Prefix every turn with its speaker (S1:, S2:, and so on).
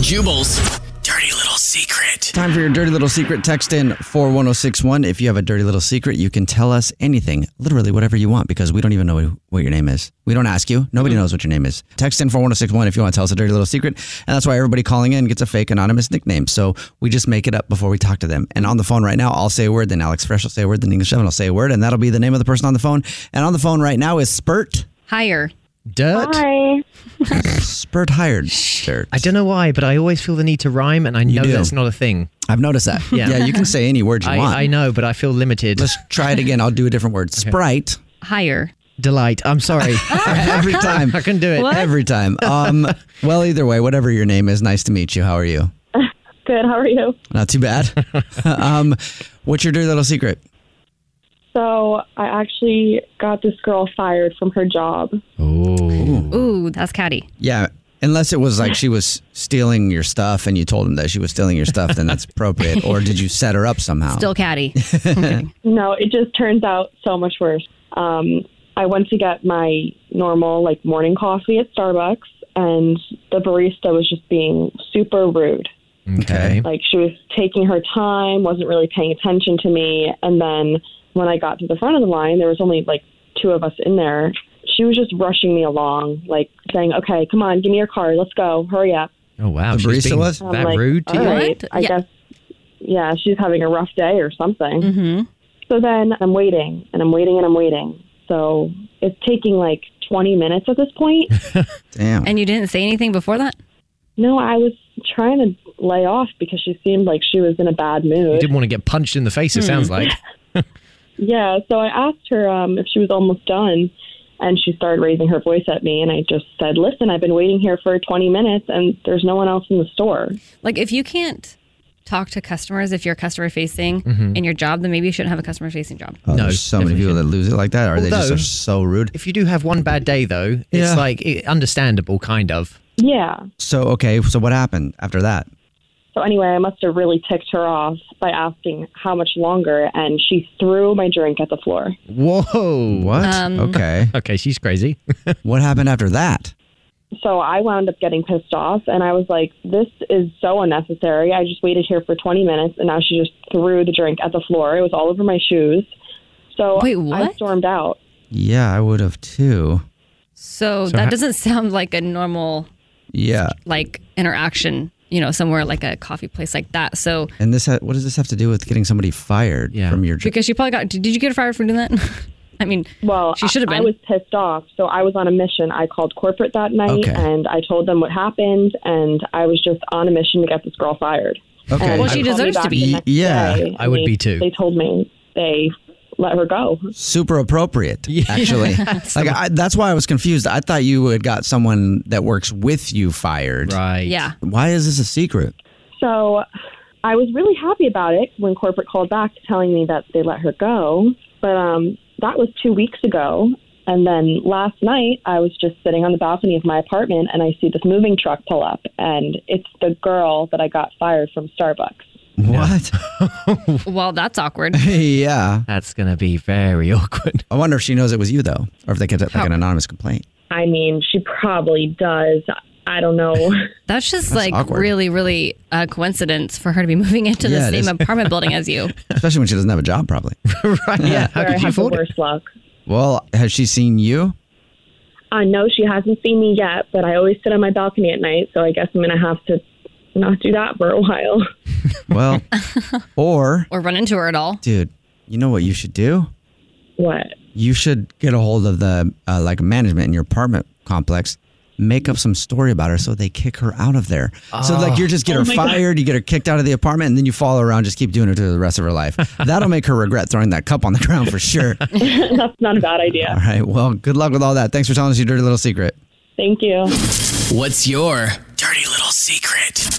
S1: Jubal's dirty little secret.
S2: Time for your dirty little secret. Text in 41061. If you have a dirty little secret, you can tell us anything, literally whatever you want, because we don't even know what your name is. We don't ask you. Nobody knows what your name is. Text in 41061 if you want to tell us a dirty little secret. And that's why everybody calling in gets a fake anonymous nickname. So we just make it up before we talk to them. And on the phone right now, I'll say a word, then Alex Fresh will say a word, then English 7 will say a word, and that'll be the name of the person on the phone. And on the phone right now is Spurt.
S3: Higher.
S2: Dirt.
S4: Hi.
S2: Spurt hired. Dirt.
S5: I don't know why, but I always feel the need to rhyme, and I know
S2: do.
S5: that's not a thing.
S2: I've noticed that. Yeah.
S5: Yeah.
S2: you can say any word you
S5: I,
S2: want.
S5: I know, but I feel limited.
S2: Let's try it again. I'll do a different word. Sprite.
S3: Higher.
S5: Delight. I'm sorry.
S2: Every time.
S5: I couldn't do it.
S2: Every time. Um, well, either way, whatever your name is, nice to meet you. How are you?
S4: Good. How are you?
S2: Not too bad. um, what's your dirty little secret?
S4: So I actually got this girl fired from her job.
S3: Ooh, that's catty.
S2: Yeah. Unless it was like she was stealing your stuff and you told him that she was stealing your stuff, then that's appropriate. Or did you set her up somehow?
S3: Still catty.
S4: No, it just turns out so much worse. Um, I went to get my normal like morning coffee at Starbucks, and the barista was just being super rude.
S2: Okay.
S4: Like she was taking her time, wasn't really paying attention to me. And then when I got to the front of the line, there was only like two of us in there. She was just rushing me along, like saying, "Okay, come on, give me your card. Let's go. Hurry up."
S5: Oh wow,
S2: The
S5: she's
S2: barista
S5: being
S2: was?
S4: I'm
S5: that
S4: like, uh,
S5: rude to
S4: "All
S5: you.
S4: right,
S3: What?
S4: I
S3: Yeah.
S4: guess, yeah, she's having a rough day or something.
S3: hmm
S4: So then I'm waiting and I'm waiting and I'm waiting. So it's taking like 20 minutes at this point.
S2: Damn.
S3: And you didn't say anything before that?
S4: no, I was trying to lay off because she seemed like she was in a bad
S5: You
S4: mood.
S5: didn't want to get punched in the face. It sounds like.
S4: Yeah, so I asked her um, if she was almost done, and she started raising her voice at me. And I just said, "Listen, I've been waiting here for 20 minutes, and there's no one else in the store."
S3: Like, if you can't talk to customers, if you're customer facing
S2: Mm-hmm.
S3: in your job, then maybe you shouldn't have a customer facing job.
S2: Oh,
S5: No,
S2: there's so many people that lose it like that, or they just
S5: Although-
S2: are so rude.
S5: If you do have one bad day, though, it's
S2: Yeah.
S5: like it, understandable, kind of.
S4: Yeah.
S2: So, okay. So, what happened after that?
S4: So anyway, I must have really ticked her off by asking how much longer, and she threw my drink at the floor.
S5: Whoa.
S2: What? okay.
S5: Okay, she's crazy.
S2: What happened after that?
S4: So I wound up getting pissed off, and I was like, "This is so unnecessary. I just waited here for 20 minutes, and now she just threw the drink at the floor. It was all over my shoes." So
S3: Wait,
S4: I
S3: what?
S4: stormed out.
S2: Yeah, I would have too.
S3: So,
S5: So
S3: that
S5: ha-
S3: doesn't sound like a normal
S2: Yeah.
S3: like interaction, you know, somewhere like a coffee place like that. So
S2: And this, ha- what does this have to do with getting somebody fired
S5: Yeah.
S2: from your job?
S3: because she probably got did you get fired for doing that? I mean,
S4: Well,
S3: she should have
S4: I-
S3: been.
S4: I was pissed off, so I was on a mission. I called corporate that night,
S2: Okay.
S4: and I told them what happened, and I was just on a mission to get this girl fired.
S2: Okay.
S4: And
S3: Well,
S4: they
S3: she
S4: called me
S3: deserves to
S4: back
S3: be.
S4: the next
S2: Yeah,
S4: day,
S5: I would
S4: and
S5: be
S4: they-
S5: too.
S4: They told me they let her go.
S2: Super appropriate, actually. like I, that's why I was confused. I thought you had got someone that works with you fired.
S5: right.
S3: yeah.
S2: Why is this a secret?
S4: So I was really happy about it when corporate called back telling me that they let her go. But um, that was two weeks ago. And then last night, I was just sitting on the balcony of my apartment and I see this moving truck pull up, and it's the girl that I got fired from Starbucks.
S2: What?
S3: Well, that's awkward.
S2: yeah.
S5: That's going to be very awkward.
S2: I wonder if she knows it was you though, or if they kept it like
S3: How-
S2: an anonymous complaint.
S4: I mean, she probably does. I don't know.
S3: That's just like
S2: awkward.
S3: really, really a coincidence for her to be moving into
S2: Yeah, it
S3: the
S2: is.
S3: same apartment building as you.
S2: Especially when she doesn't have a job, probably.
S5: right. Yeah. How
S4: Where I
S5: could you
S4: have the
S5: afford it?
S4: worst luck.
S2: Well, has she seen you?
S4: I know she hasn't seen me yet, but I always sit on my balcony at night, so I guess I'm going to have to not do that for a while.
S2: Well, or
S3: or run into her at all.
S2: dude, you know what you should do?
S4: What?
S2: You should get a hold of the uh, like management in your apartment complex. Make up some story about her so they kick her out of there. So like you just get her fired, you get her kicked out of the apartment, and then you follow her around, just keep doing it to the rest of her life. That'll make her regret throwing that cup on the ground for sure. All
S4: That's not a bad idea.
S2: right. Well, good luck with all that. Thanks for telling us your dirty little secret.
S4: Thank you.
S1: What's your dirty little secret?